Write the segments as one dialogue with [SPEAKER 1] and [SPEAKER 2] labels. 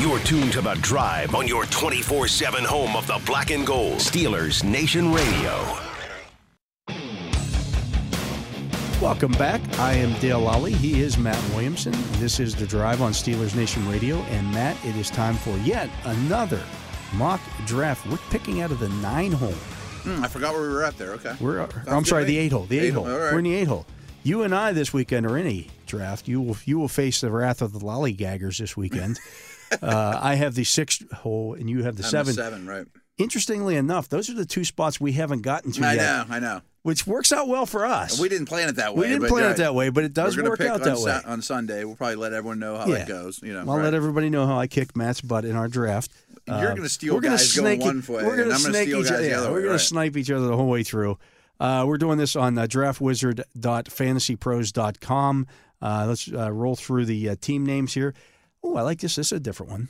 [SPEAKER 1] You're tuned to The Drive on your 24 7 home of the black and gold. Steelers Nation Radio.
[SPEAKER 2] Welcome back. I am Dale Lally. He is Matt Williamson. This is The Drive on Steelers Nation Radio. And Matt, it is time for yet another mock draft. We're picking out of the nine hole.
[SPEAKER 3] Hmm, I forgot where we were at there. Okay.
[SPEAKER 2] We're,
[SPEAKER 3] Sounds
[SPEAKER 2] I'm
[SPEAKER 3] good
[SPEAKER 2] sorry,
[SPEAKER 3] to
[SPEAKER 2] the
[SPEAKER 3] me.
[SPEAKER 2] eight hole. The eight, hole.
[SPEAKER 3] all right.
[SPEAKER 2] We're in the eight hole. You and I this weekend are in a draft. You will you will face the wrath of the lollygaggers this weekend. uh, I have the sixth hole, and you have the
[SPEAKER 3] I'm at
[SPEAKER 2] seventh.
[SPEAKER 3] Seven, right?
[SPEAKER 2] Interestingly enough, those are the two spots we haven't gotten to
[SPEAKER 3] I
[SPEAKER 2] yet,
[SPEAKER 3] know. I know.
[SPEAKER 2] which works out well for us.
[SPEAKER 3] We didn't plan it that way.
[SPEAKER 2] We didn't
[SPEAKER 3] but
[SPEAKER 2] plan
[SPEAKER 3] right.
[SPEAKER 2] it that way, but it does
[SPEAKER 3] We're gonna
[SPEAKER 2] work
[SPEAKER 3] pick
[SPEAKER 2] out
[SPEAKER 3] on
[SPEAKER 2] that
[SPEAKER 3] Su-
[SPEAKER 2] way.
[SPEAKER 3] on Sunday. We'll probably let everyone know how
[SPEAKER 2] Yeah.
[SPEAKER 3] it goes. You know,
[SPEAKER 2] I'll
[SPEAKER 3] right.
[SPEAKER 2] let everybody know how I kicked Matt's butt in our draft.
[SPEAKER 3] You're
[SPEAKER 2] Uh,
[SPEAKER 3] gonna steal
[SPEAKER 2] we're gonna
[SPEAKER 3] guys going
[SPEAKER 2] snake, e-
[SPEAKER 3] one way,
[SPEAKER 2] We're gonna
[SPEAKER 3] and I'm gonna
[SPEAKER 2] snake
[SPEAKER 3] steal
[SPEAKER 2] each
[SPEAKER 3] guys
[SPEAKER 2] other.
[SPEAKER 3] the
[SPEAKER 2] yeah,
[SPEAKER 3] other
[SPEAKER 2] we're
[SPEAKER 3] way,
[SPEAKER 2] gonna
[SPEAKER 3] right.
[SPEAKER 2] snipe each other the whole way through. Uh, we're doing this on uh, draftwizard.fantasypros.com. Uh, let's uh, roll through the uh, team names here. Oh, I like this. This is a different one.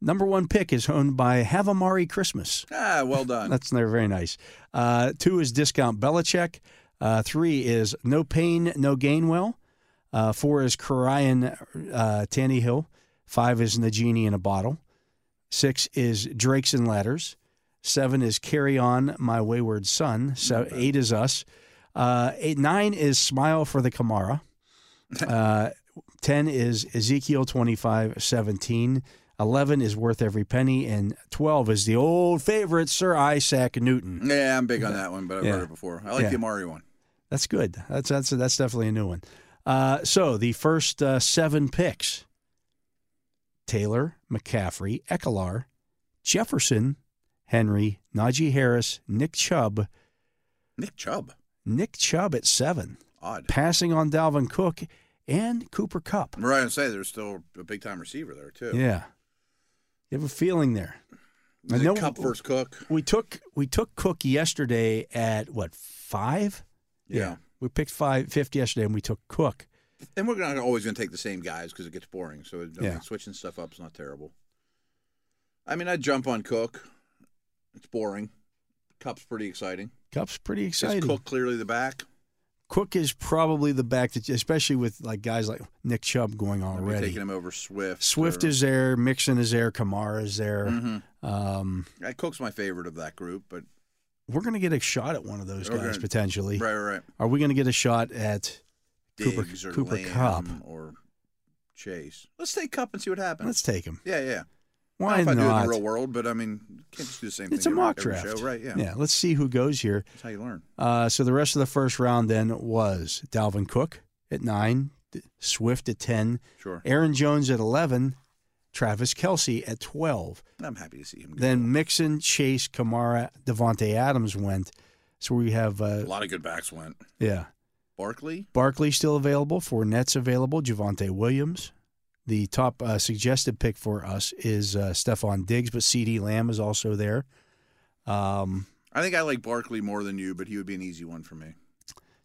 [SPEAKER 2] Number one pick is owned by Have Amari Christmas.
[SPEAKER 3] Ah, well done.
[SPEAKER 2] That's never very nice. Uh, two is Discount Belichick. Uh, three is No Pain, No Gain Well. Uh, four is Karayan uh, Tannehill. Five is Najini in a Bottle. Six is Drakes and Ladders. Seven is Carry On, My Wayward Son. So eight is Us. Uh, eight, nine is Smile for the Kamara. Uh, 10 is Ezekiel 25 17. 11 is Worth Every Penny. And 12 is the old favorite, Sir Isaac Newton.
[SPEAKER 3] yeah, I'm big on that one, but I've
[SPEAKER 2] Yeah.
[SPEAKER 3] heard it before. I like
[SPEAKER 2] Yeah.
[SPEAKER 3] the Amari one.
[SPEAKER 2] That's good. That's, that's, that's definitely a new one. Uh, so the first uh, seven picks Taylor, McCaffrey, Ekalar, Jefferson, Henry, Najee Harris, Nick Chubb.
[SPEAKER 3] Nick Chubb.
[SPEAKER 2] Nick Chubb at seven,
[SPEAKER 3] Odd.
[SPEAKER 2] passing on Dalvin Cook and Cooper Cup.
[SPEAKER 3] Right, and say there's still a big time receiver there too.
[SPEAKER 2] Yeah. You have a feeling there.
[SPEAKER 3] Is
[SPEAKER 2] I
[SPEAKER 3] it
[SPEAKER 2] know-
[SPEAKER 3] Cup versus Cook.
[SPEAKER 2] We took we took Cook yesterday at what five?
[SPEAKER 3] Yeah.
[SPEAKER 2] we picked five fifth yesterday, and we took Cook.
[SPEAKER 3] And we're not always going to take the same guys because it gets boring. So I mean,
[SPEAKER 2] Yeah.
[SPEAKER 3] switching stuff up is not terrible. I mean, I jump on Cook. It's boring. Cup's pretty exciting.
[SPEAKER 2] Cup's pretty
[SPEAKER 3] Is
[SPEAKER 2] exciting.
[SPEAKER 3] Cook clearly the back?
[SPEAKER 2] Cook is probably the back that, especially with like guys like Nick Chubb going
[SPEAKER 3] I'd be
[SPEAKER 2] already.
[SPEAKER 3] taking him over Swift.
[SPEAKER 2] Swift
[SPEAKER 3] or-
[SPEAKER 2] is there, Mixon is there, Kamara is there.
[SPEAKER 3] Mhm.
[SPEAKER 2] Um,
[SPEAKER 3] Yeah, Cook's my favorite of that group, but
[SPEAKER 2] we're going to get a shot at one of those
[SPEAKER 3] Okay.
[SPEAKER 2] guys potentially.
[SPEAKER 3] right, right, right.
[SPEAKER 2] Are we going to get a shot at? Cooper-
[SPEAKER 3] Diggs or
[SPEAKER 2] Cooper
[SPEAKER 3] Lamb
[SPEAKER 2] Cup.
[SPEAKER 3] or Chase. Let's take Cup and see what happens.
[SPEAKER 2] Let's take him.
[SPEAKER 3] yeah, yeah.
[SPEAKER 2] Why
[SPEAKER 3] I don't know if I do it in
[SPEAKER 2] not?
[SPEAKER 3] the real world, but I mean, you can't just do the same thing.
[SPEAKER 2] It's a
[SPEAKER 3] every-
[SPEAKER 2] mock
[SPEAKER 3] every
[SPEAKER 2] draft,
[SPEAKER 3] show, right? Yeah.
[SPEAKER 2] Yeah. Let's see who goes here.
[SPEAKER 3] That's how you learn.
[SPEAKER 2] Uh, so the rest of the first round then was Dalvin Cook at nine, D- Swift at 10,
[SPEAKER 3] Sure.
[SPEAKER 2] Aaron Jones at 11, Travis Kelsey at 12.
[SPEAKER 3] I'm happy to see him. Go.
[SPEAKER 2] Then Mixon, Chase, Kamara, Devontae Adams went. So we have,
[SPEAKER 3] a
[SPEAKER 2] uh,
[SPEAKER 3] lot of good backs went.
[SPEAKER 2] yeah,
[SPEAKER 3] Barkley.
[SPEAKER 2] Barkley still available, Fournette's available, Javante Williams. The top uh, suggested pick for us is uh, Stephon Diggs, but C.D. Lamb is also there. Um,
[SPEAKER 3] I think I like Barkley more than you, but he would be an easy one for me.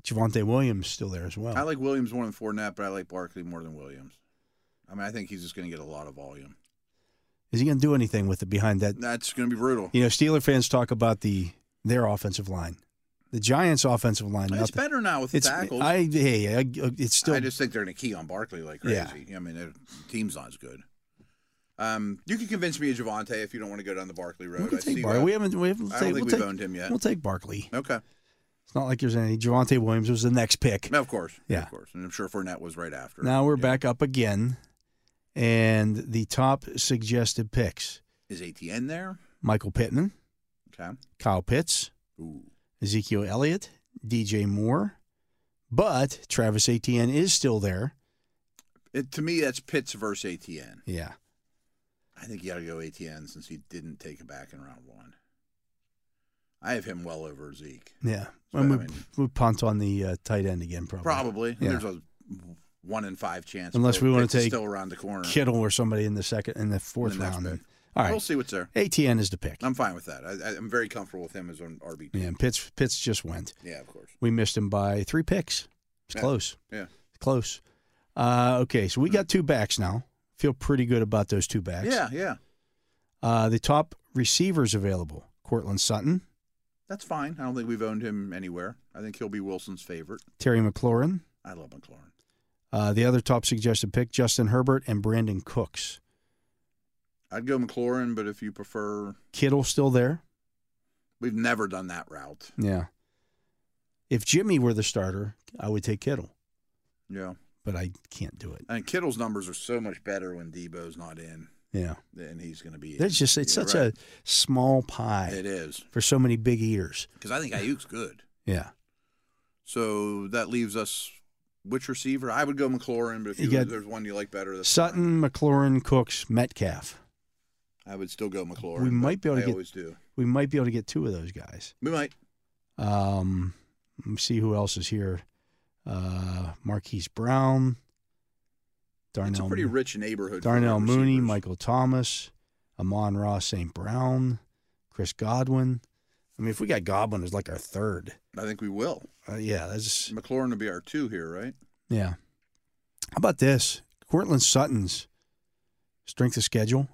[SPEAKER 2] Javante Williams still there as well.
[SPEAKER 3] I like Williams more than Fournette, but I like Barkley more than Williams. I mean, I think he's just going to get a lot of volume.
[SPEAKER 2] is he going to do anything with it behind that
[SPEAKER 3] That's going to be brutal.
[SPEAKER 2] You know, Steeler fans talk about the their offensive line, the Giants' offensive line.
[SPEAKER 3] It's
[SPEAKER 2] nothing.
[SPEAKER 3] better now with the
[SPEAKER 2] It's
[SPEAKER 3] tackles. I,
[SPEAKER 2] I hey, I, uh, it's still
[SPEAKER 3] just think they're going to key on Barkley like
[SPEAKER 2] Yeah.
[SPEAKER 3] crazy. I mean, their team's not as good. Um, you can convince me of Javante if you don't want to go down the Barkley
[SPEAKER 2] we
[SPEAKER 3] road.
[SPEAKER 2] can
[SPEAKER 3] uh, I
[SPEAKER 2] take
[SPEAKER 3] see
[SPEAKER 2] Barkley.
[SPEAKER 3] that.
[SPEAKER 2] We haven't we haven't
[SPEAKER 3] I don't
[SPEAKER 2] take-
[SPEAKER 3] think
[SPEAKER 2] we'll
[SPEAKER 3] we've
[SPEAKER 2] take,
[SPEAKER 3] owned him yet.
[SPEAKER 2] We'll take Barkley.
[SPEAKER 3] Okay.
[SPEAKER 2] It's not like there's any Javante Williams was the next pick.
[SPEAKER 3] No, of course.
[SPEAKER 2] Yeah.
[SPEAKER 3] Of course. And I'm sure Fournette was right after.
[SPEAKER 2] Now we're
[SPEAKER 3] Yeah.
[SPEAKER 2] back up again, and the top suggested picks:
[SPEAKER 3] Is ATN there?
[SPEAKER 2] Michael Pittman,
[SPEAKER 3] Okay.
[SPEAKER 2] Kyle Pitts,
[SPEAKER 3] Ooh.
[SPEAKER 2] Ezekiel Elliott, DJ Moore, but Travis Etienne is still there.
[SPEAKER 3] It, to me, that's Pitts versus ATN.
[SPEAKER 2] Yeah.
[SPEAKER 3] I think you got to go ATN since he didn't take it back in round one. I have him well over Zeke.
[SPEAKER 2] Yeah.
[SPEAKER 3] So,
[SPEAKER 2] and we,
[SPEAKER 3] I mean-
[SPEAKER 2] we punt on the uh, tight end again, probably.
[SPEAKER 3] Probably.
[SPEAKER 2] Yeah.
[SPEAKER 3] There's a one in five chance.
[SPEAKER 2] Unless we wanna
[SPEAKER 3] Pitts is
[SPEAKER 2] take
[SPEAKER 3] still around the corner.
[SPEAKER 2] Kittle or somebody in the second, in the fourth
[SPEAKER 3] In the next
[SPEAKER 2] round.
[SPEAKER 3] pick.
[SPEAKER 2] All right.
[SPEAKER 3] We'll see what's there.
[SPEAKER 2] ATN is the pick.
[SPEAKER 3] I'm fine with that. I, I, I'm very comfortable with him as an RB.
[SPEAKER 2] yeah. And Pitts, Pitts just went.
[SPEAKER 3] Yeah, of course.
[SPEAKER 2] We missed him by three picks. It's
[SPEAKER 3] Yeah.
[SPEAKER 2] close.
[SPEAKER 3] Yeah.
[SPEAKER 2] Close. Uh, okay. So we got two backs now. Feel pretty good about those two backs.
[SPEAKER 3] Hmm. Yeah, yeah.
[SPEAKER 2] Uh, the top receivers available Cortland Sutton,
[SPEAKER 3] That's fine. I don't think we've owned him anywhere. I think he'll be Wilson's favorite.
[SPEAKER 2] Terry McLaurin.
[SPEAKER 3] I love McLaurin.
[SPEAKER 2] Uh, the other top suggested pick, Justin Herbert and Brandon Cooks.
[SPEAKER 3] I'd go McLaurin, but if you prefer,
[SPEAKER 2] Kittle still there.
[SPEAKER 3] we've never done that route.
[SPEAKER 2] Yeah. If Jimmy were the starter, I would take Kittle,
[SPEAKER 3] Yeah.
[SPEAKER 2] but I can't do it.
[SPEAKER 3] And Kittle's numbers are so much better when Debo's not in,
[SPEAKER 2] Yeah.
[SPEAKER 3] and he's going to be.
[SPEAKER 2] There's just it's such a small pie
[SPEAKER 3] It is
[SPEAKER 2] for so many big eaters.
[SPEAKER 3] because I think Ayuk's good.
[SPEAKER 2] Yeah.
[SPEAKER 3] So that leaves us which receiver? I would go McLaurin, but if
[SPEAKER 2] You
[SPEAKER 3] you,
[SPEAKER 2] got
[SPEAKER 3] there's one you like better, that's fine.
[SPEAKER 2] Sutton, McLaurin, Cooks, Metcalf.
[SPEAKER 3] I would still go McLaurin.
[SPEAKER 2] We
[SPEAKER 3] but
[SPEAKER 2] might be able to
[SPEAKER 3] I
[SPEAKER 2] get-
[SPEAKER 3] always do.
[SPEAKER 2] We might be able to get two of those guys.
[SPEAKER 3] We might.
[SPEAKER 2] Um, let me see who else is here. Uh, Marquise Brown, Darnell,
[SPEAKER 3] it's a pretty rich neighborhood. for
[SPEAKER 2] Darnell
[SPEAKER 3] wide
[SPEAKER 2] Mooney,
[SPEAKER 3] receivers.
[SPEAKER 2] Michael Thomas, Amon Ross, St. Brown, Chris Godwin. I mean, if we got Godwin as like our third,
[SPEAKER 3] I think we will.
[SPEAKER 2] uh, yeah, that's
[SPEAKER 3] McLaurin will be our two here, right?
[SPEAKER 2] yeah. How about this? Cortland Sutton's strength of schedule,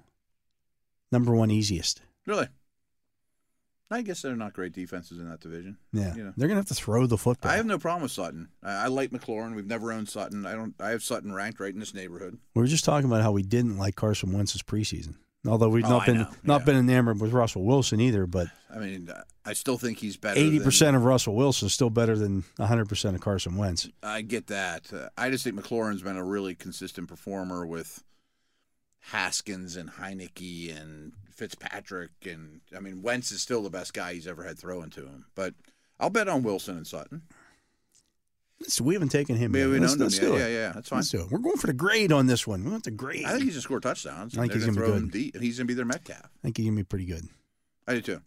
[SPEAKER 2] number one easiest.
[SPEAKER 3] Really? I guess they're not great defenses in that division.
[SPEAKER 2] Yeah,
[SPEAKER 3] You know.
[SPEAKER 2] they're gonna have to throw the football.
[SPEAKER 3] I have no problem with Sutton. I, I like McLaurin. We've never owned Sutton. I don't. I have Sutton ranked right in this neighborhood.
[SPEAKER 2] we were just talking about how we didn't like Carson Wentz's preseason, although we've
[SPEAKER 3] Oh,
[SPEAKER 2] not
[SPEAKER 3] I
[SPEAKER 2] been
[SPEAKER 3] know.
[SPEAKER 2] not
[SPEAKER 3] Yeah.
[SPEAKER 2] been enamored with Russell Wilson either. But
[SPEAKER 3] I mean, I still think he's better. than-
[SPEAKER 2] eighty percent of Russell Wilson is still better than hundred percent of Carson Wentz.
[SPEAKER 3] I get that. Uh, I just think McLaurin's been a really consistent performer with Haskins and Heineke and Fitzpatrick, and I mean, Wentz is still the best guy he's ever had thrown to him. But I'll bet on Wilson and Sutton.
[SPEAKER 2] So we haven't taken him.
[SPEAKER 3] Maybe
[SPEAKER 2] yet.
[SPEAKER 3] we
[SPEAKER 2] let's,
[SPEAKER 3] owned him.
[SPEAKER 2] let's
[SPEAKER 3] Yeah,
[SPEAKER 2] do it.
[SPEAKER 3] yeah, yeah. That's fine.
[SPEAKER 2] Let's do it. We're going for the grade on this one. We want the grade.
[SPEAKER 3] I think he's gonna score touchdowns.
[SPEAKER 2] I think
[SPEAKER 3] They're
[SPEAKER 2] he's
[SPEAKER 3] gonna
[SPEAKER 2] gonna be
[SPEAKER 3] throw him
[SPEAKER 2] good.
[SPEAKER 3] deep. He's gonna be their Metcalf.
[SPEAKER 2] I think he's gonna be pretty good.
[SPEAKER 3] I do too.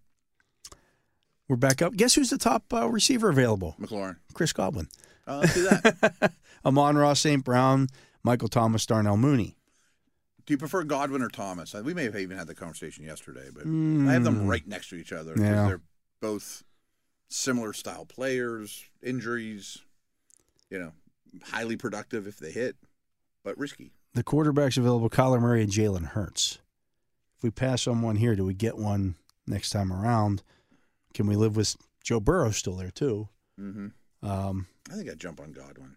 [SPEAKER 2] We're back up. Guess who's the top uh, receiver available?
[SPEAKER 3] McLaurin.
[SPEAKER 2] Chris Godwin,
[SPEAKER 3] Uh, let's do that.
[SPEAKER 2] Amon Ross, St. Brown, Michael Thomas, Darnell Mooney.
[SPEAKER 3] do you prefer Godwin or Thomas? Uh, We may have even had the conversation yesterday, but I have them right next to each other. 'cause
[SPEAKER 2] Hmm. Yeah.
[SPEAKER 3] They're both similar style players, injuries, you know, highly productive if they hit, but risky.
[SPEAKER 2] The quarterbacks available: Kyler Murray and Jalen Hurts. If we pass on one here, do we get one next time around? Can we live with Joe Burrow still there too?
[SPEAKER 3] hmm
[SPEAKER 2] Um,
[SPEAKER 3] I think I jump on Godwin.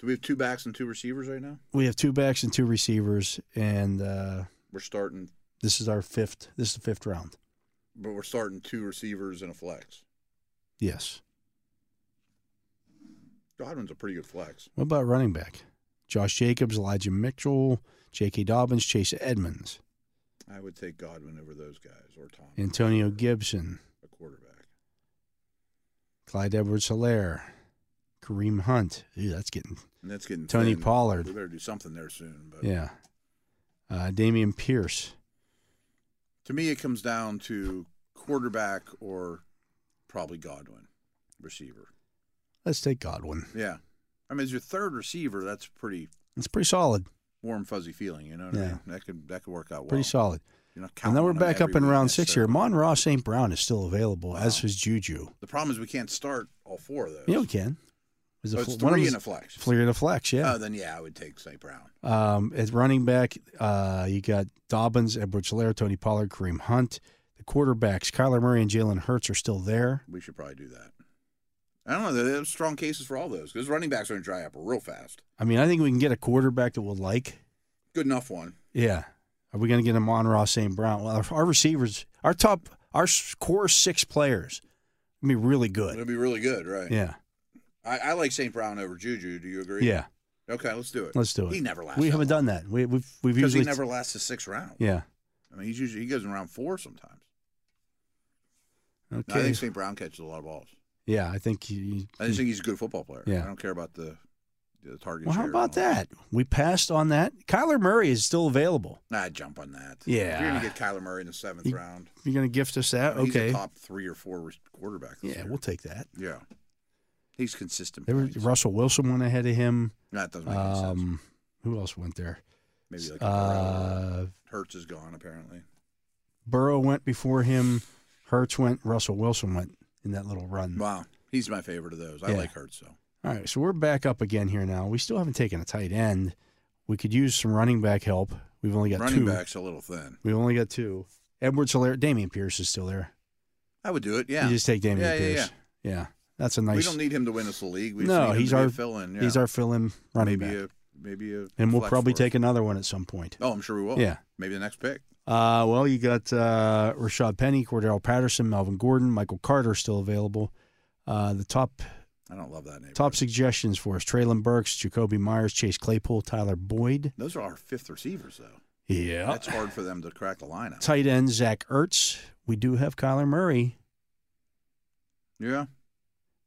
[SPEAKER 3] Do we have two backs and two receivers right now?
[SPEAKER 2] we have two backs and two receivers, and uh,
[SPEAKER 3] We're starting,
[SPEAKER 2] this is our fifth. This is the fifth round.
[SPEAKER 3] but we're starting two receivers and a flex.
[SPEAKER 2] Yes.
[SPEAKER 3] Godwin's a pretty good flex.
[SPEAKER 2] What about running back? Josh Jacobs, Elijah Mitchell, J.K. Dobbins, Chase Edmonds,
[SPEAKER 3] I would take Godwin over those guys or Thomas,
[SPEAKER 2] Antonio Gibson,
[SPEAKER 3] a quarterback.
[SPEAKER 2] Clyde Edwards Hilaire, Kareem Hunt. Ew, that's getting,
[SPEAKER 3] And that's getting
[SPEAKER 2] Tony
[SPEAKER 3] thin.
[SPEAKER 2] Pollard.
[SPEAKER 3] We better do something there soon. But
[SPEAKER 2] yeah. Uh, Damian Pierce.
[SPEAKER 3] to me, it comes down to quarterback or probably Godwin, receiver.
[SPEAKER 2] Let's take Godwin.
[SPEAKER 3] Yeah, I mean, as your third receiver, that's pretty
[SPEAKER 2] It's pretty solid.
[SPEAKER 3] warm fuzzy feeling. You know what I
[SPEAKER 2] Yeah.
[SPEAKER 3] mean? That could that could work out well.
[SPEAKER 2] Pretty solid.
[SPEAKER 3] You're not
[SPEAKER 2] And
[SPEAKER 3] counting
[SPEAKER 2] then we're
[SPEAKER 3] on him
[SPEAKER 2] back up
[SPEAKER 3] every
[SPEAKER 2] in
[SPEAKER 3] week
[SPEAKER 2] round six here.
[SPEAKER 3] necessarily.
[SPEAKER 2] Mon Ross St. Brown is still available, as
[SPEAKER 3] Wow.
[SPEAKER 2] is Juju.
[SPEAKER 3] The problem is we can't start all four of those.
[SPEAKER 2] Yeah, we can. Is
[SPEAKER 3] So
[SPEAKER 2] it
[SPEAKER 3] Oh, it's
[SPEAKER 2] fl- one of
[SPEAKER 3] three
[SPEAKER 2] us-
[SPEAKER 3] and a flex.
[SPEAKER 2] Fleer to flex, yeah.
[SPEAKER 3] Oh, then yeah, I would take St. Brown.
[SPEAKER 2] Um, at running back, uh, you got Dobbins, Edward Solaire, Tony Pollard, Kareem Hunt. The quarterbacks, Kyler Murray and Jalen Hurts, are still there.
[SPEAKER 3] We should probably do that. I don't know. There's strong cases for all those because running backs are going to dry up real fast.
[SPEAKER 2] I mean, I think we can get a quarterback that we'll like.
[SPEAKER 3] Good enough one.
[SPEAKER 2] Yeah. Are we going to get him on Ross St. Brown? Well, our- our receivers, our top, our s- core six players, will be really
[SPEAKER 3] It'll
[SPEAKER 2] good.
[SPEAKER 3] be really good, right?
[SPEAKER 2] Yeah.
[SPEAKER 3] I, I like St. Brown over Juju. Do you agree?
[SPEAKER 2] Yeah.
[SPEAKER 3] Okay, let's do it.
[SPEAKER 2] Let's do it.
[SPEAKER 3] He never lasts.
[SPEAKER 2] We
[SPEAKER 3] that
[SPEAKER 2] haven't
[SPEAKER 3] long.
[SPEAKER 2] done that. We, we've, we've
[SPEAKER 3] because
[SPEAKER 2] usually.
[SPEAKER 3] he never lasts the sixth round.
[SPEAKER 2] yeah.
[SPEAKER 3] I mean, he's usually he goes in round four sometimes. And I
[SPEAKER 2] Okay.
[SPEAKER 3] think St. Brown catches a lot of balls.
[SPEAKER 2] yeah, I think he.
[SPEAKER 3] I just think he's a good football player.
[SPEAKER 2] Yeah.
[SPEAKER 3] I don't care about the the target.
[SPEAKER 2] Well, how
[SPEAKER 3] share and
[SPEAKER 2] about
[SPEAKER 3] all
[SPEAKER 2] that? We passed on that. Kyler Murray is still available.
[SPEAKER 3] Nah, jump on that.
[SPEAKER 2] Yeah.
[SPEAKER 3] If you're gonna get Kyler Murray in the seventh
[SPEAKER 2] He-
[SPEAKER 3] round.
[SPEAKER 2] You're going to gift us that?
[SPEAKER 3] I mean, He's a
[SPEAKER 2] Okay.
[SPEAKER 3] top three or four res- quarterback. This
[SPEAKER 2] Yeah,
[SPEAKER 3] year.
[SPEAKER 2] we'll take that.
[SPEAKER 3] yeah. He's consistent.
[SPEAKER 2] There was,
[SPEAKER 3] points.
[SPEAKER 2] Russell Wilson went ahead of him.
[SPEAKER 3] that doesn't make any sense.
[SPEAKER 2] Um, who else went there?
[SPEAKER 3] Maybe like uh,
[SPEAKER 2] Uh,
[SPEAKER 3] Hertz is gone apparently.
[SPEAKER 2] Burrow went before him. Hertz went. Russell Wilson went in that little run.
[SPEAKER 3] Wow, he's my favorite of those. I
[SPEAKER 2] Yeah.
[SPEAKER 3] like Hertz though.
[SPEAKER 2] All right, so we're back up again here now. We still haven't taken a tight end. We could use some running back help. We've only got
[SPEAKER 3] Running
[SPEAKER 2] two.
[SPEAKER 3] back's a little thin.
[SPEAKER 2] We've only got two. Edwards Hilaire, Damian Pierce is still there.
[SPEAKER 3] I would do it. Yeah.
[SPEAKER 2] You just take Damian
[SPEAKER 3] Yeah, yeah,
[SPEAKER 2] Pierce. Yeah. that's a nice.
[SPEAKER 3] We don't need him to win us the league. We just
[SPEAKER 2] No,
[SPEAKER 3] need him
[SPEAKER 2] he's
[SPEAKER 3] to be
[SPEAKER 2] our-
[SPEAKER 3] a fill-in. Yeah.
[SPEAKER 2] He's our fill-in running
[SPEAKER 3] maybe
[SPEAKER 2] back,
[SPEAKER 3] a maybe a
[SPEAKER 2] and we'll
[SPEAKER 3] flex
[SPEAKER 2] probably
[SPEAKER 3] for us.
[SPEAKER 2] take another one at some point.
[SPEAKER 3] Oh, I'm sure we will.
[SPEAKER 2] Yeah.
[SPEAKER 3] Maybe the next pick.
[SPEAKER 2] Uh, well, you got uh, Rashad Penny, Cordell Patterson, Melvin Gordon, Michael Carter still available. Uh, the top
[SPEAKER 3] I don't love that name.
[SPEAKER 2] top suggestions for us: Traylon Burks, Jacoby Myers, Chase Claypool, Tyler Boyd.
[SPEAKER 3] Those are our fifth receivers though.
[SPEAKER 2] Yeah,
[SPEAKER 3] That's hard for them to crack the lineup.
[SPEAKER 2] tight end Zach Ertz. We do have Kyler Murray,
[SPEAKER 3] yeah.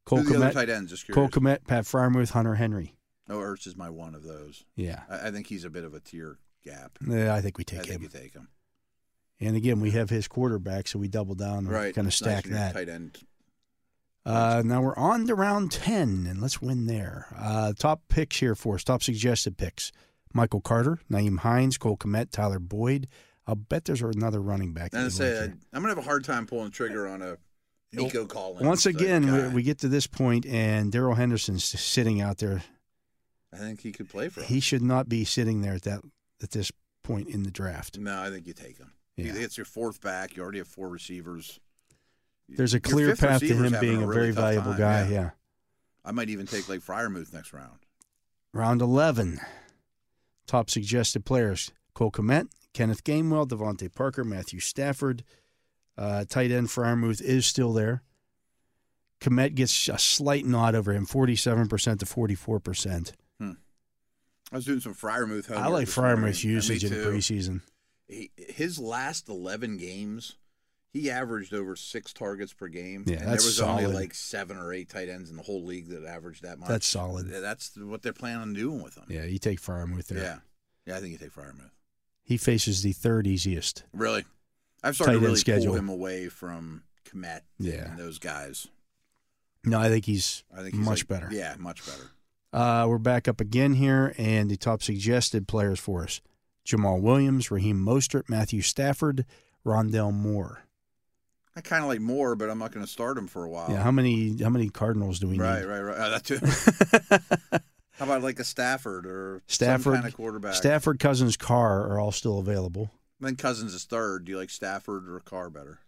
[SPEAKER 2] Cole
[SPEAKER 3] Who the other
[SPEAKER 2] Komet,
[SPEAKER 3] tight ends? Just
[SPEAKER 2] Cole
[SPEAKER 3] curious.
[SPEAKER 2] Komet, Pat Fryermuth, Hunter Henry.
[SPEAKER 3] No, Ertz is my one of those.
[SPEAKER 2] Yeah,
[SPEAKER 3] I, I think he's a bit of a tier gap.
[SPEAKER 2] yeah I think we
[SPEAKER 3] I
[SPEAKER 2] take
[SPEAKER 3] think
[SPEAKER 2] him.
[SPEAKER 3] you take him.
[SPEAKER 2] And again, we have his quarterback, so we double down and
[SPEAKER 3] Right.
[SPEAKER 2] kind of
[SPEAKER 3] Nice
[SPEAKER 2] stack
[SPEAKER 3] when you're
[SPEAKER 2] that.
[SPEAKER 3] Tight end.
[SPEAKER 2] Uh, now we're on to round 10, and let's win there. Uh, top picks here for us, top suggested picks. Michael Carter, Naeem Hines, Cole Komet, Tyler Boyd. I'll bet there's another running back. that
[SPEAKER 3] And I
[SPEAKER 2] we
[SPEAKER 3] say
[SPEAKER 2] like
[SPEAKER 3] I,
[SPEAKER 2] here.
[SPEAKER 3] I'm gonna have a hard time pulling the trigger on a Nico Collins.
[SPEAKER 2] Once
[SPEAKER 3] type
[SPEAKER 2] again,
[SPEAKER 3] guy.
[SPEAKER 2] we, we get to this point, and Daryl Henderson's sitting out there.
[SPEAKER 3] I think he could play for.
[SPEAKER 2] He
[SPEAKER 3] He,
[SPEAKER 2] should not be sitting there at that at this point in the draft.
[SPEAKER 3] no, I think you take him.
[SPEAKER 2] Yeah.
[SPEAKER 3] It's your fourth back. You already have four receivers.
[SPEAKER 2] There's a
[SPEAKER 3] Your
[SPEAKER 2] clear
[SPEAKER 3] fifth
[SPEAKER 2] path to
[SPEAKER 3] receiver's
[SPEAKER 2] him
[SPEAKER 3] having
[SPEAKER 2] being a,
[SPEAKER 3] really
[SPEAKER 2] very
[SPEAKER 3] tough
[SPEAKER 2] valuable
[SPEAKER 3] time,
[SPEAKER 2] guy. yeah.
[SPEAKER 3] I might even take like Fryermuth next round.
[SPEAKER 2] Round 11. Top suggested players Cole Komet, Kenneth Gamewell, Devontae Parker, Matthew Stafford. Uh, tight end Fryermuth is still there. Komet gets a slight nod over him, 47% to 44%.
[SPEAKER 3] I was doing some Fryermuth.
[SPEAKER 2] I
[SPEAKER 3] homework
[SPEAKER 2] like
[SPEAKER 3] Oh, this morning.
[SPEAKER 2] Fryermuth's
[SPEAKER 3] Yeah, me
[SPEAKER 2] usage in the
[SPEAKER 3] too.
[SPEAKER 2] preseason.
[SPEAKER 3] He, his last eleven games, he averaged over six targets per game.
[SPEAKER 2] Yeah,
[SPEAKER 3] and
[SPEAKER 2] that's
[SPEAKER 3] there was
[SPEAKER 2] solid.
[SPEAKER 3] only like seven or eight tight ends in the whole league that averaged that much.
[SPEAKER 2] That's solid.
[SPEAKER 3] That's what they're planning on doing with him.
[SPEAKER 2] Yeah, you take Fryermuth there.
[SPEAKER 3] yeah, yeah. I think you take Fryermuth.
[SPEAKER 2] He faces the third easiest.
[SPEAKER 3] Really, I've
[SPEAKER 2] Tight
[SPEAKER 3] started
[SPEAKER 2] end
[SPEAKER 3] to really
[SPEAKER 2] schedule.
[SPEAKER 3] pull him away from Komet
[SPEAKER 2] Yeah.
[SPEAKER 3] and those guys.
[SPEAKER 2] No, I think he's,
[SPEAKER 3] I think he's
[SPEAKER 2] much
[SPEAKER 3] like-
[SPEAKER 2] better.
[SPEAKER 3] Yeah, much better.
[SPEAKER 2] Uh, we're back up again here, and the top suggested players for us Jamal Williams, Raheem Mostert, Matthew Stafford, Rondell Moore.
[SPEAKER 3] I kind of like Moore, but I'm not going to start him for a while.
[SPEAKER 2] Yeah, how many how many Cardinals do we
[SPEAKER 3] right,
[SPEAKER 2] need?
[SPEAKER 3] right, right. Oh, that too. How about like a Stafford or some
[SPEAKER 2] Stafford,
[SPEAKER 3] kind of quarterback?
[SPEAKER 2] Stafford, Cousins, Carr are all still available.
[SPEAKER 3] Then Cousins is third. Do you like Stafford or Carr better?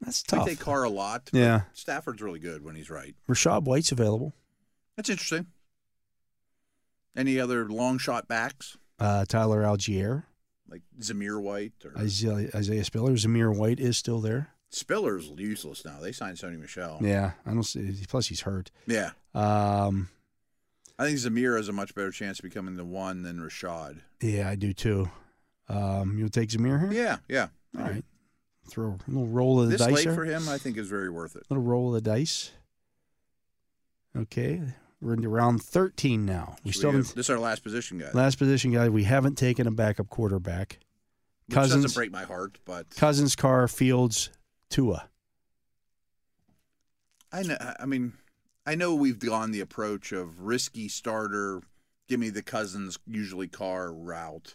[SPEAKER 2] That's
[SPEAKER 3] I
[SPEAKER 2] tough.
[SPEAKER 3] take Carr a lot. but
[SPEAKER 2] yeah,
[SPEAKER 3] Stafford's really good when he's right.
[SPEAKER 2] Rashad White's available.
[SPEAKER 3] That's interesting. Any other long shot backs
[SPEAKER 2] Uh, Tyler Algier,
[SPEAKER 3] like Zamir White or
[SPEAKER 2] Isaiah, Isaiah Spiller, Zamir White is still there.
[SPEAKER 3] Spiller's useless now. They signed Sony Michelle.
[SPEAKER 2] Yeah, I don't see. Plus, he's hurt.
[SPEAKER 3] yeah.
[SPEAKER 2] Um,
[SPEAKER 3] I think Zamir has a much better chance of becoming the one than Rashad.
[SPEAKER 2] yeah, I do too. Um, you'll take Zamir here.
[SPEAKER 3] Yeah, yeah.
[SPEAKER 2] All right. Throw a little roll of the
[SPEAKER 3] This
[SPEAKER 2] dice
[SPEAKER 3] late
[SPEAKER 2] there.
[SPEAKER 3] for him, I think, is very worth it.
[SPEAKER 2] Little roll of the dice. Okay, we're into round thirteen now. We
[SPEAKER 3] Should
[SPEAKER 2] still
[SPEAKER 3] go-
[SPEAKER 2] haven't
[SPEAKER 3] this is our last position, guys.
[SPEAKER 2] Last position guy, we haven't taken a backup quarterback.
[SPEAKER 3] Which
[SPEAKER 2] Cousins,
[SPEAKER 3] doesn't break my heart, but
[SPEAKER 2] Cousins, Carr, Fields, Tua.
[SPEAKER 3] I know. I mean, I know we've gone the approach of risky starter. Give me the Cousins, usually car route.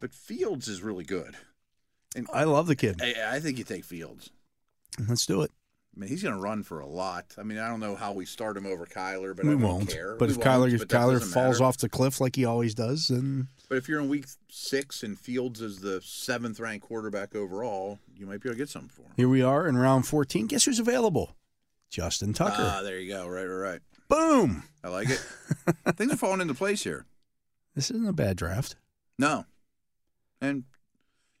[SPEAKER 3] But Fields is really good.
[SPEAKER 2] I love the kid.
[SPEAKER 3] I, I think you take Fields.
[SPEAKER 2] Let's do it.
[SPEAKER 3] I mean, he's going to run for a lot. I mean, I don't know how we start him over Kyler, but I
[SPEAKER 2] we
[SPEAKER 3] don't
[SPEAKER 2] won't.
[SPEAKER 3] care.
[SPEAKER 2] But
[SPEAKER 3] We
[SPEAKER 2] if
[SPEAKER 3] won't,
[SPEAKER 2] Kyler if
[SPEAKER 3] but that
[SPEAKER 2] Kyler
[SPEAKER 3] doesn't
[SPEAKER 2] falls
[SPEAKER 3] matter.
[SPEAKER 2] off the cliff like he always does, then
[SPEAKER 3] But if you're in week six and Fields is the seventh ranked quarterback overall, you might be able to get something for him.
[SPEAKER 2] Here we are in round 14. Guess who's available? Justin Tucker.
[SPEAKER 3] Ah, there you go. Right, right, right.
[SPEAKER 2] Boom.
[SPEAKER 3] I like it. Things are falling into place here.
[SPEAKER 2] This isn't a bad draft.
[SPEAKER 3] No. And,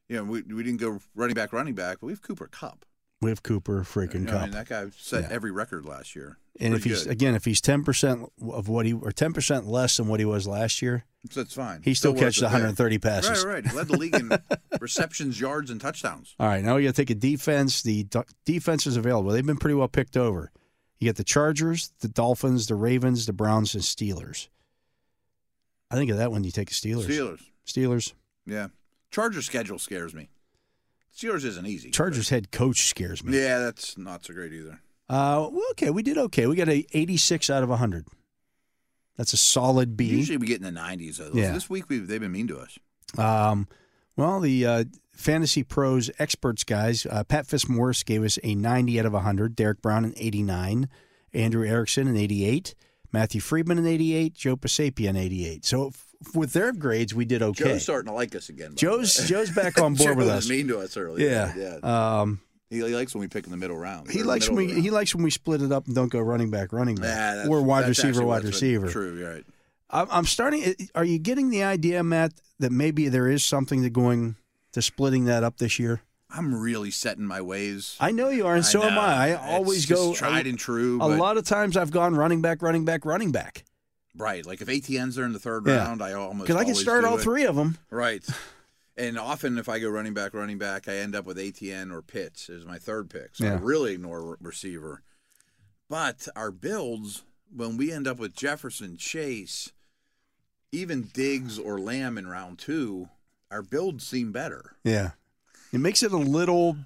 [SPEAKER 3] you know, we, we didn't go running back, running back, but we have Cooper Cup.
[SPEAKER 2] We have Cooper freaking
[SPEAKER 3] I
[SPEAKER 2] Cup.
[SPEAKER 3] mean, that guy set
[SPEAKER 2] Yeah.
[SPEAKER 3] every record last year.
[SPEAKER 2] and if
[SPEAKER 3] Pretty
[SPEAKER 2] he's
[SPEAKER 3] good.
[SPEAKER 2] again, if he's ten percent of what he or ten percent less than what he was last year,
[SPEAKER 3] So it's fine.
[SPEAKER 2] he still,
[SPEAKER 3] worth
[SPEAKER 2] catches
[SPEAKER 3] it there.
[SPEAKER 2] 130 passes.
[SPEAKER 3] Right, right. He led the league in receptions, yards, and touchdowns.
[SPEAKER 2] All right, now we got to take a defense. The d- defense is available. They've been pretty well picked over. You get the Chargers, the Dolphins, the Ravens, the Browns, and Steelers. I think of that when you take the Steelers.
[SPEAKER 3] Steelers.
[SPEAKER 2] Steelers.
[SPEAKER 3] Yeah. Chargers schedule scares me. Steelers isn't easy.
[SPEAKER 2] Chargers head coach scares me.
[SPEAKER 3] Yeah, that's not so great either.
[SPEAKER 2] Uh, well, okay, we did okay. We got a 86 out of 100. That's a solid B.
[SPEAKER 3] Usually we get in the 90s. Though.
[SPEAKER 2] Yeah.
[SPEAKER 3] This week we've, they've been mean to us.
[SPEAKER 2] Um, well, the uh, fantasy pros experts guys, uh, Pat Fitzmaurice gave us a 90 out of 100. Derek Brown an 89. Andrew Erickson an 88. Matthew Friedman an 88. Joe Pasapia an 88. So f- with their grades, we did okay.
[SPEAKER 3] Joe's starting to like us again. by the
[SPEAKER 2] Joe's
[SPEAKER 3] way.
[SPEAKER 2] Joe's back on board
[SPEAKER 3] Joe
[SPEAKER 2] with
[SPEAKER 3] was
[SPEAKER 2] us.
[SPEAKER 3] mean to us earlier.
[SPEAKER 2] Yeah.
[SPEAKER 3] Yeah.
[SPEAKER 2] Um,
[SPEAKER 3] he, he likes when we pick in the middle round.
[SPEAKER 2] he
[SPEAKER 3] or
[SPEAKER 2] likes
[SPEAKER 3] middle
[SPEAKER 2] when
[SPEAKER 3] of
[SPEAKER 2] we
[SPEAKER 3] the
[SPEAKER 2] he
[SPEAKER 3] round.
[SPEAKER 2] likes when we split it up and don't go running back, running
[SPEAKER 3] Nah,
[SPEAKER 2] back,
[SPEAKER 3] that's-
[SPEAKER 2] or wide
[SPEAKER 3] that's
[SPEAKER 2] receiver,
[SPEAKER 3] actually
[SPEAKER 2] wide
[SPEAKER 3] what's
[SPEAKER 2] receiver.
[SPEAKER 3] True. You're right.
[SPEAKER 2] I'm, I'm starting. Are you getting the idea, Matt, that maybe there is something to going to splitting that up this year?
[SPEAKER 3] I'm really setting my ways.
[SPEAKER 2] I know you are, and so am
[SPEAKER 3] know.
[SPEAKER 2] I. I
[SPEAKER 3] It's
[SPEAKER 2] always
[SPEAKER 3] just
[SPEAKER 2] go
[SPEAKER 3] tried and true.
[SPEAKER 2] A
[SPEAKER 3] but-
[SPEAKER 2] lot of times I've gone running back, running back, running back
[SPEAKER 3] Right. Like if ATNs are in the third
[SPEAKER 2] Yeah.
[SPEAKER 3] round, I almost
[SPEAKER 2] because I can
[SPEAKER 3] always
[SPEAKER 2] start
[SPEAKER 3] do
[SPEAKER 2] all
[SPEAKER 3] it.
[SPEAKER 2] three of them.
[SPEAKER 3] Right. And often, if I go running back, running back, I end up with ATN or Pitts as my third pick. So I
[SPEAKER 2] Yeah.
[SPEAKER 3] really ignore re- receiver. But our builds, when we end up with Jefferson, Chase, even Diggs or Lamb in round two, our builds seem better.
[SPEAKER 2] Yeah, it makes it a little,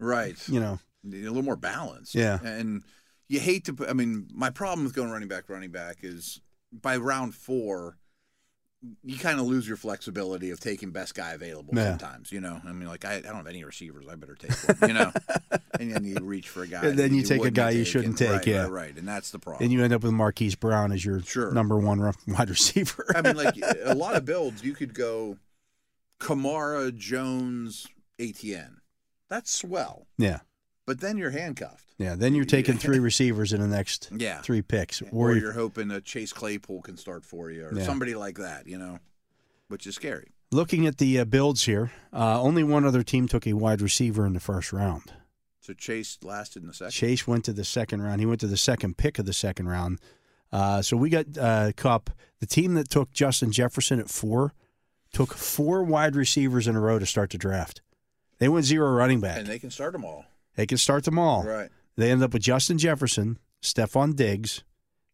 [SPEAKER 3] Right.
[SPEAKER 2] you know,
[SPEAKER 3] a little more balanced.
[SPEAKER 2] Yeah.
[SPEAKER 3] And you hate to, put- I mean, my problem with going running back, running back is by round four, you kind of lose your flexibility of taking best guy available
[SPEAKER 2] Yeah.
[SPEAKER 3] sometimes, you know? I mean, like, I, I don't have any receivers. I better take one, you know? and then you reach for a guy.
[SPEAKER 2] And then
[SPEAKER 3] that
[SPEAKER 2] you take a
[SPEAKER 3] wouldn't
[SPEAKER 2] guy you
[SPEAKER 3] have taken.
[SPEAKER 2] shouldn't take,
[SPEAKER 3] Right,
[SPEAKER 2] yeah.
[SPEAKER 3] Right, right. And that's the problem.
[SPEAKER 2] and you end up with Marquise Brown as your
[SPEAKER 3] Sure.
[SPEAKER 2] number one rough- wide receiver.
[SPEAKER 3] I mean, like, a lot of builds, you could go Kamara, Jones, ATN. That's swell.
[SPEAKER 2] yeah,
[SPEAKER 3] But then you're handcuffed.
[SPEAKER 2] yeah. Then you're taking three receivers in the next
[SPEAKER 3] Yeah.
[SPEAKER 2] three picks.
[SPEAKER 3] or,
[SPEAKER 2] Or
[SPEAKER 3] you're hoping that Chase Claypool can start for you, or
[SPEAKER 2] Yeah.
[SPEAKER 3] somebody like that, you know, which is scary.
[SPEAKER 2] looking at the uh, builds here, uh, only one other team took a wide receiver in the first round.
[SPEAKER 3] So Chase lasted in the second.
[SPEAKER 2] Chase went to the second round. He went to the second pick of the second round. Uh, so we got uh, Cup. The team that took Justin Jefferson at four took four wide receivers in a row to start the draft. They went zero running back. Oh.
[SPEAKER 3] and
[SPEAKER 2] They,
[SPEAKER 3] they can start them all.
[SPEAKER 2] can start them all.
[SPEAKER 3] Right.
[SPEAKER 2] They ended up with Justin Jefferson, Stephon Diggs,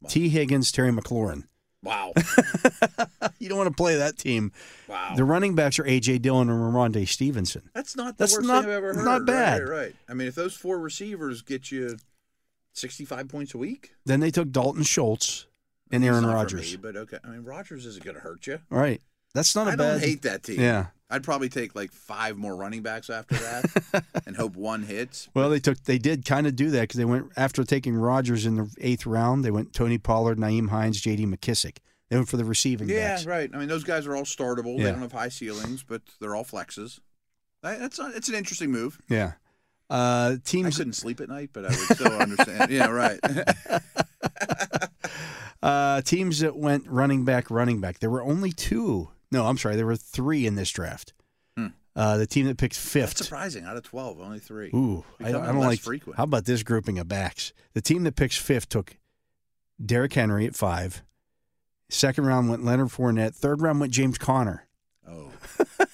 [SPEAKER 2] T. Higgins, Terry McLaurin.
[SPEAKER 3] Wow.
[SPEAKER 2] You don't want to play that team.
[SPEAKER 3] Wow.
[SPEAKER 2] The running backs are A.J. Dillon and Ramondre Stevenson.
[SPEAKER 3] that's not the
[SPEAKER 2] That's
[SPEAKER 3] worst
[SPEAKER 2] not-
[SPEAKER 3] thing I've ever heard.
[SPEAKER 2] not
[SPEAKER 3] Right,
[SPEAKER 2] bad.
[SPEAKER 3] Right, right. I mean, if those four receivers get you 65 points a week,
[SPEAKER 2] Then they took Dalton Schultz and
[SPEAKER 3] it's
[SPEAKER 2] Aaron
[SPEAKER 3] not for
[SPEAKER 2] Rodgers.
[SPEAKER 3] me, but okay. I mean, Rodgers isn't going to hurt you.
[SPEAKER 2] All right. That's not a
[SPEAKER 3] I
[SPEAKER 2] bad.
[SPEAKER 3] don't hate that team.
[SPEAKER 2] Yeah.
[SPEAKER 3] I'd probably take like five more running backs after that and hope one hits.
[SPEAKER 2] Well, they took they did kind of do that because they went after taking Rodgers in the eighth round. They went Tony Pollard, Naeem Hines, J.D. McKissick. They went for the receiving
[SPEAKER 3] Yeah,
[SPEAKER 2] backs.
[SPEAKER 3] right. I mean, those guys are all startable.
[SPEAKER 2] Yeah.
[SPEAKER 3] They don't have high ceilings, but they're all flexes. That- That's not, it's an interesting move.
[SPEAKER 2] Yeah, uh,
[SPEAKER 3] I
[SPEAKER 2] teams.
[SPEAKER 3] couldn't sleep at night, but I would still understand. yeah, right.
[SPEAKER 2] Uh, teams that went running back, running back. There were only two. No, I'm sorry. There were three in this draft. Uh, the team that picked
[SPEAKER 3] Hmm. That's
[SPEAKER 2] fifth.
[SPEAKER 3] surprising. Out of twelve, only three.
[SPEAKER 2] Ooh, I, I
[SPEAKER 3] Becoming
[SPEAKER 2] don't
[SPEAKER 3] less
[SPEAKER 2] like.
[SPEAKER 3] frequent.
[SPEAKER 2] How about this grouping of backs? The team that picks fifth took Derrick Henry at five. Second round went Leonard Fournette. Third round went James Conner.
[SPEAKER 3] Oh,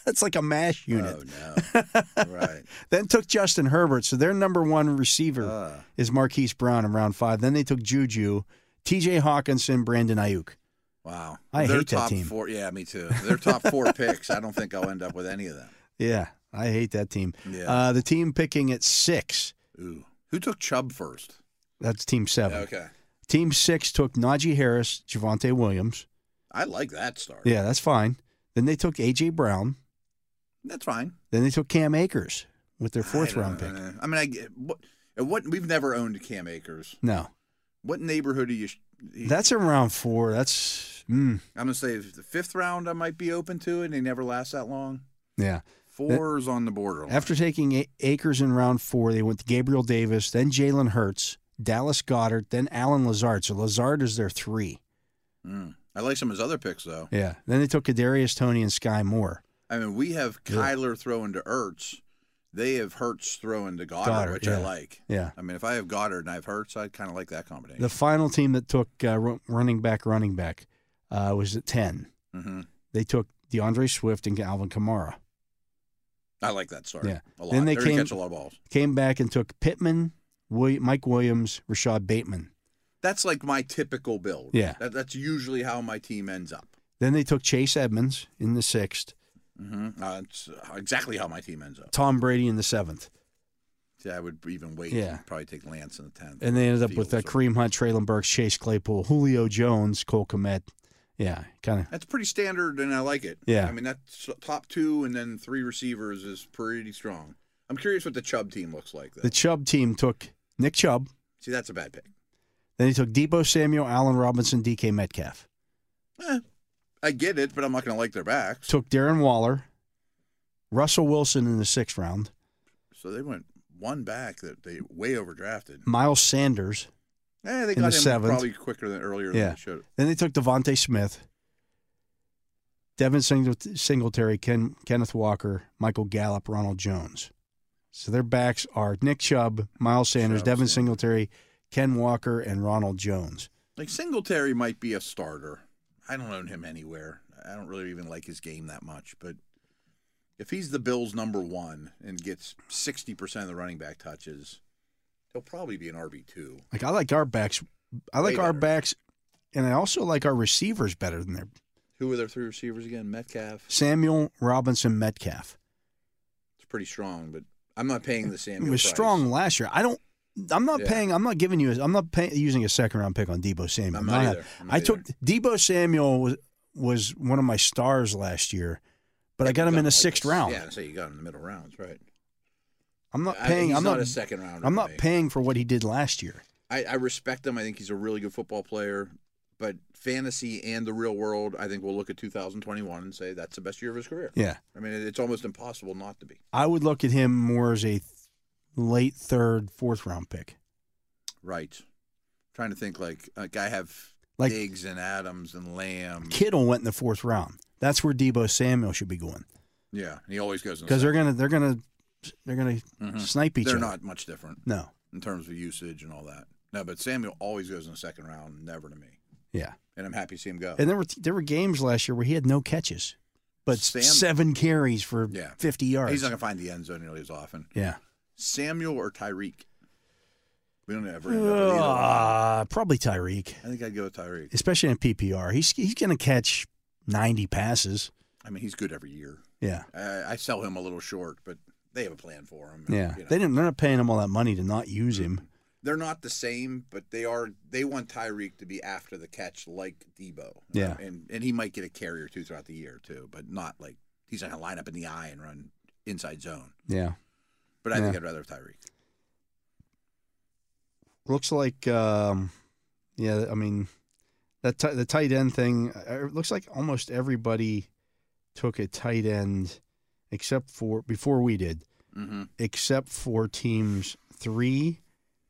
[SPEAKER 2] That's like a mash unit.
[SPEAKER 3] oh no. right.
[SPEAKER 2] Then took Justin Herbert. So their number one receiver
[SPEAKER 3] Uh,
[SPEAKER 2] is Marquise Brown in round five. Then they took Juju, T.J. Hawkinson, Brandon Ayuk.
[SPEAKER 3] wow.
[SPEAKER 2] I
[SPEAKER 3] Their
[SPEAKER 2] hate that
[SPEAKER 3] top
[SPEAKER 2] team.
[SPEAKER 3] four. Yeah, me too. Their top four picks. I don't think I'll end up with any of them.
[SPEAKER 2] Yeah, I hate that team.
[SPEAKER 3] Yeah.
[SPEAKER 2] Uh, the team picking at six.
[SPEAKER 3] Ooh. Who took Chubb first?
[SPEAKER 2] That's team seven.
[SPEAKER 3] Okay.
[SPEAKER 2] Team six took Najee Harris, Javante Williams.
[SPEAKER 3] I like that start.
[SPEAKER 2] Yeah, that's fine. Then they took A.J. Brown.
[SPEAKER 3] That's fine.
[SPEAKER 2] Then they took Cam Akers with their fourth
[SPEAKER 3] I don't
[SPEAKER 2] round pick.
[SPEAKER 3] know. I mean, I get- what, what we've never owned Cam Akers.
[SPEAKER 2] No,
[SPEAKER 3] What neighborhood are you?
[SPEAKER 2] that's mm, in round four. That's
[SPEAKER 3] players. I'm gonna say if the fifth round I might be open to, it, and they never last that long.
[SPEAKER 2] Yeah.
[SPEAKER 3] Four's on the border.
[SPEAKER 2] After taking A- Akers in round four, they went to Gabriel Davis, then Jalen Hurts, Dallas Goddard, then Alan Lazard. So Lazard is their three.
[SPEAKER 3] I like some of his other picks though.
[SPEAKER 2] Yeah. Then they took Kadarius Tony and Sky Moore.
[SPEAKER 3] I mean, we have Kyler throwing to Ertz. They have Hertz throwing to Goddard,
[SPEAKER 2] Goddard,
[SPEAKER 3] which I
[SPEAKER 2] yeah.
[SPEAKER 3] like.
[SPEAKER 2] Yeah.
[SPEAKER 3] I mean, if I have Goddard and I have Hertz, I kind of like that combination.
[SPEAKER 2] The final team that took uh, ru- running back, running back, uh, was at ten.
[SPEAKER 3] hmm
[SPEAKER 2] They took DeAndre Swift and Alvin Kamara.
[SPEAKER 3] I like that start.
[SPEAKER 2] Yeah.
[SPEAKER 3] a lot.
[SPEAKER 2] Then they
[SPEAKER 3] They're gonna
[SPEAKER 2] came-
[SPEAKER 3] catch a lot of balls.
[SPEAKER 2] Came back and took Pittman, Willi- Mike Williams, Rashad Bateman.
[SPEAKER 3] That's like my typical build.
[SPEAKER 2] Yeah.
[SPEAKER 3] that, that's usually how my team ends up.
[SPEAKER 2] Then they took Chase Edmonds in the sixth,
[SPEAKER 3] hmm Uh, it's exactly how my team ends up.
[SPEAKER 2] Tom Brady in the seventh,
[SPEAKER 3] Yeah, I would even wait.
[SPEAKER 2] Yeah.
[SPEAKER 3] and probably take Lance in the tenth.
[SPEAKER 2] and they ended up with uh,
[SPEAKER 3] Fields or-
[SPEAKER 2] Kareem Hunt, Traylon Burks, Chase Claypool, Julio Jones, Cole Komet. Yeah, kind of.
[SPEAKER 3] That's pretty standard, and I like it.
[SPEAKER 2] Yeah.
[SPEAKER 3] I mean that's top two, and then three receivers is pretty strong. I'm curious what the Chubb team looks like. Though.
[SPEAKER 2] The Chubb team took Nick Chubb.
[SPEAKER 3] See, that's a bad pick.
[SPEAKER 2] Then he took Debo Samuel, Allen Robinson, DK Metcalf.
[SPEAKER 3] Eh, I get it, but I'm not going to like their backs.
[SPEAKER 2] Took Darren Waller, Russell Wilson in the sixth round,
[SPEAKER 3] So they went one back that they way overdrafted.
[SPEAKER 2] Miles Sanders.
[SPEAKER 3] Eh, they
[SPEAKER 2] In
[SPEAKER 3] got him
[SPEAKER 2] the seventh.
[SPEAKER 3] probably quicker than earlier than
[SPEAKER 2] Yeah.
[SPEAKER 3] they should.
[SPEAKER 2] Then they took Devontae Smith, Devin Singlet- Singletary, Ken, Kenneth Walker, Michael Gallup, Ronald Jones. So their backs are Nick Chubb, Miles Sanders,
[SPEAKER 3] Chubb,
[SPEAKER 2] Devin
[SPEAKER 3] Sanders.
[SPEAKER 2] Singletary, Ken Walker, and Ronald Jones.
[SPEAKER 3] Like Singletary might be a starter. I don't own him anywhere. I don't really even like his game that much. But if he's the Bills' number one and gets sixty percent of the running back touches, he'll probably be an RB two.
[SPEAKER 2] Like I like our backs, I like
[SPEAKER 3] Way
[SPEAKER 2] our
[SPEAKER 3] better.
[SPEAKER 2] backs, and I also like our receivers better than their
[SPEAKER 3] Who were their three receivers again? Metcalf.
[SPEAKER 2] Samuel Robinson Metcalf.
[SPEAKER 3] It's pretty strong, but I'm not paying the
[SPEAKER 2] It
[SPEAKER 3] Samuel.
[SPEAKER 2] was
[SPEAKER 3] price.
[SPEAKER 2] strong last year. I don't. I'm not
[SPEAKER 3] Yeah.
[SPEAKER 2] paying. I'm not giving you. A, I'm not pay, using a second round pick on Debo Samuel.
[SPEAKER 3] I'm not
[SPEAKER 2] Not-
[SPEAKER 3] either. I'm not
[SPEAKER 2] I took Debo Samuel was was one of my stars last year, but I
[SPEAKER 3] Yeah,
[SPEAKER 2] got
[SPEAKER 3] you
[SPEAKER 2] him in the
[SPEAKER 3] like
[SPEAKER 2] sixth
[SPEAKER 3] this-
[SPEAKER 2] round.
[SPEAKER 3] Yeah, so you got him in the middle rounds, right?
[SPEAKER 2] I'm not
[SPEAKER 3] I-
[SPEAKER 2] paying.
[SPEAKER 3] he's
[SPEAKER 2] I'm
[SPEAKER 3] not,
[SPEAKER 2] not.
[SPEAKER 3] a second round.
[SPEAKER 2] I'm not paying for what he did last year.
[SPEAKER 3] I, I respect him. I think he's a really good football player. But fantasy and the real world, I think we'll look at 2021 and say that's the best year of his career.
[SPEAKER 2] Yeah,
[SPEAKER 3] I mean, it- it's almost impossible not to be.
[SPEAKER 2] I would look at him more as a th- late third, fourth round pick.
[SPEAKER 3] Right. trying to think like like I have
[SPEAKER 2] Like-
[SPEAKER 3] Diggs and Adams and Lamb.
[SPEAKER 2] Kittle went in the fourth round. That's where Debo Samuel should be going
[SPEAKER 3] Yeah, and he always goes in the
[SPEAKER 2] because they're
[SPEAKER 3] second.
[SPEAKER 2] gonna they're gonna they're gonna snipe each
[SPEAKER 3] Mm-hmm. they're
[SPEAKER 2] other.
[SPEAKER 3] not much different
[SPEAKER 2] No.
[SPEAKER 3] in terms of usage and all that. No, but Samuel always goes in the second round, never to me.
[SPEAKER 2] Yeah.
[SPEAKER 3] And I'm happy to see him go.
[SPEAKER 2] And there were there were games last year where he had no catches, but
[SPEAKER 3] Sam-
[SPEAKER 2] seven carries for
[SPEAKER 3] Yeah.
[SPEAKER 2] 50 yards.
[SPEAKER 3] He's not going to find the end zone nearly as often.
[SPEAKER 2] yeah.
[SPEAKER 3] Samuel or Tyreek? We don't ever end up with either one.
[SPEAKER 2] Uh, probably Tyreek,
[SPEAKER 3] I think I'd go with Tyreek.
[SPEAKER 2] especially in PPR. He's he's going to catch 90 passes.
[SPEAKER 3] I mean, he's good every year.
[SPEAKER 2] Yeah.
[SPEAKER 3] I, I sell him a little short, but they have a plan for him. and,
[SPEAKER 2] Yeah.
[SPEAKER 3] you know.
[SPEAKER 2] They didn't, they're not paying him all that money to not use him.
[SPEAKER 3] they're not the same, but they are. They want Tyreek to be after the catch, like Debo.
[SPEAKER 2] Yeah.
[SPEAKER 3] and and he might get a carry or two throughout the year too, but not like he's not going to line up in the eye and run inside zone.
[SPEAKER 2] Yeah.
[SPEAKER 3] But I think
[SPEAKER 2] Yeah.
[SPEAKER 3] I'd rather have Tyreek.
[SPEAKER 2] Looks like, um, yeah, I mean, that ti- the tight end thing, uh, it looks like almost everybody took a tight end except for, before we did.
[SPEAKER 3] Mm-hmm.
[SPEAKER 2] except for teams three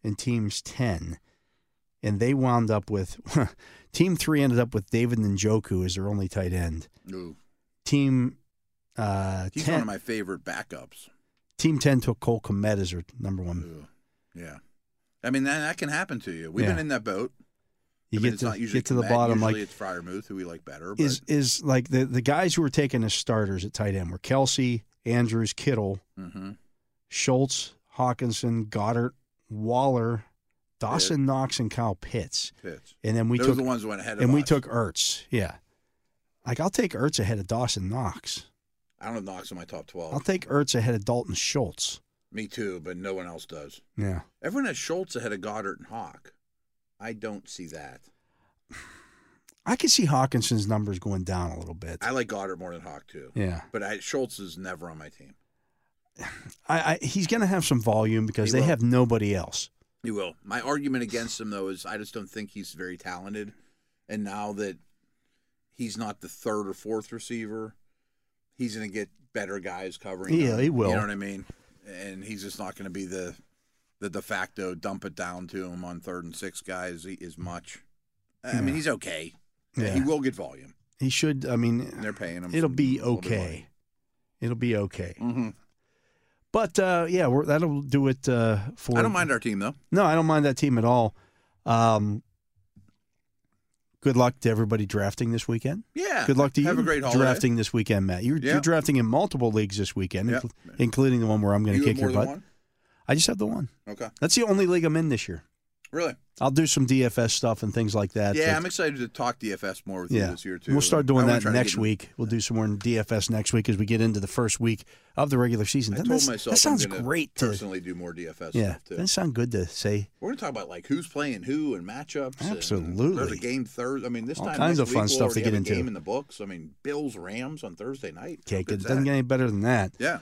[SPEAKER 2] and teams 10. And they wound up with team three ended up with David Njoku as their only tight end.
[SPEAKER 3] No,
[SPEAKER 2] Team uh,
[SPEAKER 3] he's
[SPEAKER 2] 10,
[SPEAKER 3] one of my favorite backups.
[SPEAKER 2] team 10 took Cole Komet as their number one.
[SPEAKER 3] Ooh. Yeah, I mean that, that can happen to you. We've
[SPEAKER 2] Yeah.
[SPEAKER 3] been in that boat.
[SPEAKER 2] You
[SPEAKER 3] I mean,
[SPEAKER 2] get
[SPEAKER 3] it's
[SPEAKER 2] to
[SPEAKER 3] not usually
[SPEAKER 2] get to the
[SPEAKER 3] Komet.
[SPEAKER 2] bottom
[SPEAKER 3] Usually
[SPEAKER 2] like
[SPEAKER 3] it's Fryermuth, who we like better. But
[SPEAKER 2] is is like the the guys who were taken as starters at tight end were Kelsey, Andrews, Kittle,
[SPEAKER 3] hmm
[SPEAKER 2] Schultz, Hawkinson, Goddard, Waller, Dawson Knox, and Kyle Pitts.
[SPEAKER 3] Pitts.
[SPEAKER 2] And then we
[SPEAKER 3] We Those
[SPEAKER 2] took
[SPEAKER 3] are the ones that went ahead of
[SPEAKER 2] and we
[SPEAKER 3] us.
[SPEAKER 2] took Ertz. Yeah, like I'll take Ertz ahead of Dawson Knox.
[SPEAKER 3] I don't have Knox in my top 12
[SPEAKER 2] I'll take Ertz ahead of Dalton Schultz.
[SPEAKER 3] Me too, but no one else does.
[SPEAKER 2] Yeah,
[SPEAKER 3] Everyone has Schultz ahead of Goddard and Hawk. I don't see that.
[SPEAKER 2] I can see Hawkinson's numbers going down a little bit.
[SPEAKER 3] I like Goddard more than Hawk too.
[SPEAKER 2] yeah,
[SPEAKER 3] But I, Schultz is never on my team.
[SPEAKER 2] I, I he's going to have some volume because
[SPEAKER 3] He
[SPEAKER 2] they
[SPEAKER 3] will.
[SPEAKER 2] have nobody else.
[SPEAKER 3] He will. My argument against him though is I just don't think he's very talented. And now that he's not the third or fourth receiver. He's going to get better guys covering.
[SPEAKER 2] Yeah,
[SPEAKER 3] him.
[SPEAKER 2] he will.
[SPEAKER 3] You know what I mean? And he's just not going to be the the de facto dump it down to him on third and six guys e- as much. I mean, he's okay.
[SPEAKER 2] Yeah.
[SPEAKER 3] He will get volume.
[SPEAKER 2] He should. I mean,
[SPEAKER 3] And they're paying him.
[SPEAKER 2] It'll
[SPEAKER 3] some-
[SPEAKER 2] be
[SPEAKER 3] a little bit of
[SPEAKER 2] okay.
[SPEAKER 3] money.
[SPEAKER 2] It'll be okay.
[SPEAKER 3] Mhm.
[SPEAKER 2] But uh, yeah, we're, that'll do it uh, for.
[SPEAKER 3] I don't mind our team though.
[SPEAKER 2] No, I don't mind that team at all. Um, good luck to everybody drafting this weekend.
[SPEAKER 3] Yeah.
[SPEAKER 2] Good luck to you
[SPEAKER 3] Have a great holiday.
[SPEAKER 2] drafting this weekend, Matt. You're,
[SPEAKER 3] Yeah.
[SPEAKER 2] you're drafting in multiple leagues this weekend,
[SPEAKER 3] Yeah.
[SPEAKER 2] incl- including the one where I'm going
[SPEAKER 3] You
[SPEAKER 2] to
[SPEAKER 3] have
[SPEAKER 2] kick your
[SPEAKER 3] more than
[SPEAKER 2] butt. I just have the one.
[SPEAKER 3] one? Okay.
[SPEAKER 2] That's the only league I'm in this year.
[SPEAKER 3] Really?
[SPEAKER 2] I'll do some DFS stuff and things like that.
[SPEAKER 3] yeah,
[SPEAKER 2] that-
[SPEAKER 3] I'm excited to talk DFS more with you this year too.
[SPEAKER 2] We'll start doing
[SPEAKER 3] I wanna
[SPEAKER 2] that
[SPEAKER 3] try to
[SPEAKER 2] next
[SPEAKER 3] get-
[SPEAKER 2] week. We'll do some more in DFS next week as we get into the first week of the regular season.
[SPEAKER 3] I
[SPEAKER 2] Doesn't
[SPEAKER 3] told
[SPEAKER 2] that,
[SPEAKER 3] myself
[SPEAKER 2] that sounds
[SPEAKER 3] I'm gonna
[SPEAKER 2] great to
[SPEAKER 3] personally do more DFS
[SPEAKER 2] yeah.
[SPEAKER 3] stuff too.
[SPEAKER 2] Doesn't sound good to say
[SPEAKER 3] We're gonna talk about like who's playing who and matchups. and
[SPEAKER 2] Absolutely.
[SPEAKER 3] there's a game Thursday. I mean, this
[SPEAKER 2] All
[SPEAKER 3] time
[SPEAKER 2] kinds
[SPEAKER 3] next
[SPEAKER 2] of fun
[SPEAKER 3] week, we'll
[SPEAKER 2] stuff to
[SPEAKER 3] already
[SPEAKER 2] get
[SPEAKER 3] have a
[SPEAKER 2] into.
[SPEAKER 3] Game in the books. I mean, Bills Rams on Thursday night. How
[SPEAKER 2] cake. It
[SPEAKER 3] good's
[SPEAKER 2] doesn't
[SPEAKER 3] that?
[SPEAKER 2] get any better than that.
[SPEAKER 3] Yeah.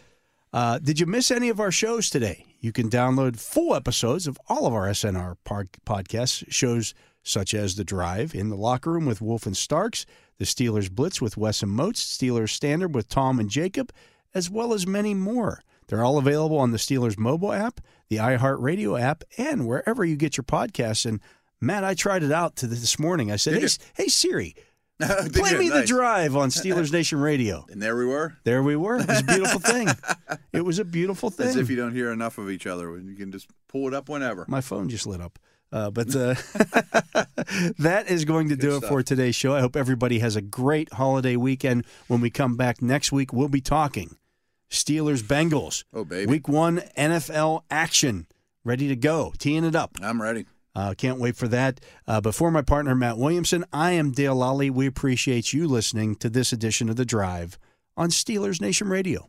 [SPEAKER 2] Uh, did you miss any of our shows today? You can download full episodes of all of our SNR pod- podcasts, shows such as The Drive, In the Locker Room with Wolf and Starks, The Steelers Blitz with Wes and Moats, Steelers Standard with Tom and Jacob, as well as many more. They're all available on the Steelers mobile app, the iHeartRadio app, and wherever you get your podcasts. And Matt, I tried it out to this morning. I said,
[SPEAKER 3] Did
[SPEAKER 2] "Hey,
[SPEAKER 3] you?
[SPEAKER 2] S- hey Siri,
[SPEAKER 3] Did
[SPEAKER 2] play
[SPEAKER 3] you?
[SPEAKER 2] me The
[SPEAKER 3] Nice.
[SPEAKER 2] Drive on Steelers Nation Radio."
[SPEAKER 3] And there we were.
[SPEAKER 2] There we were. It was a beautiful thing. It was a beautiful thing.
[SPEAKER 3] As if you don't hear enough of each other, you can just pull it up whenever.
[SPEAKER 2] My phone just lit up. Uh, but uh, that is going to do
[SPEAKER 3] Good
[SPEAKER 2] it for today's show. I hope everybody has a great holiday weekend. When we come back next week, we'll be talking Steelers Bengals.
[SPEAKER 3] Oh, baby.
[SPEAKER 2] Week one NFL action. Ready to go. Teeing it up.
[SPEAKER 3] I'm ready.
[SPEAKER 2] Uh, can't wait for that. Uh, but for my partner, Matt Williamson, I am Dale Lally. We appreciate you listening to this edition of The Drive on Steelers Nation Radio.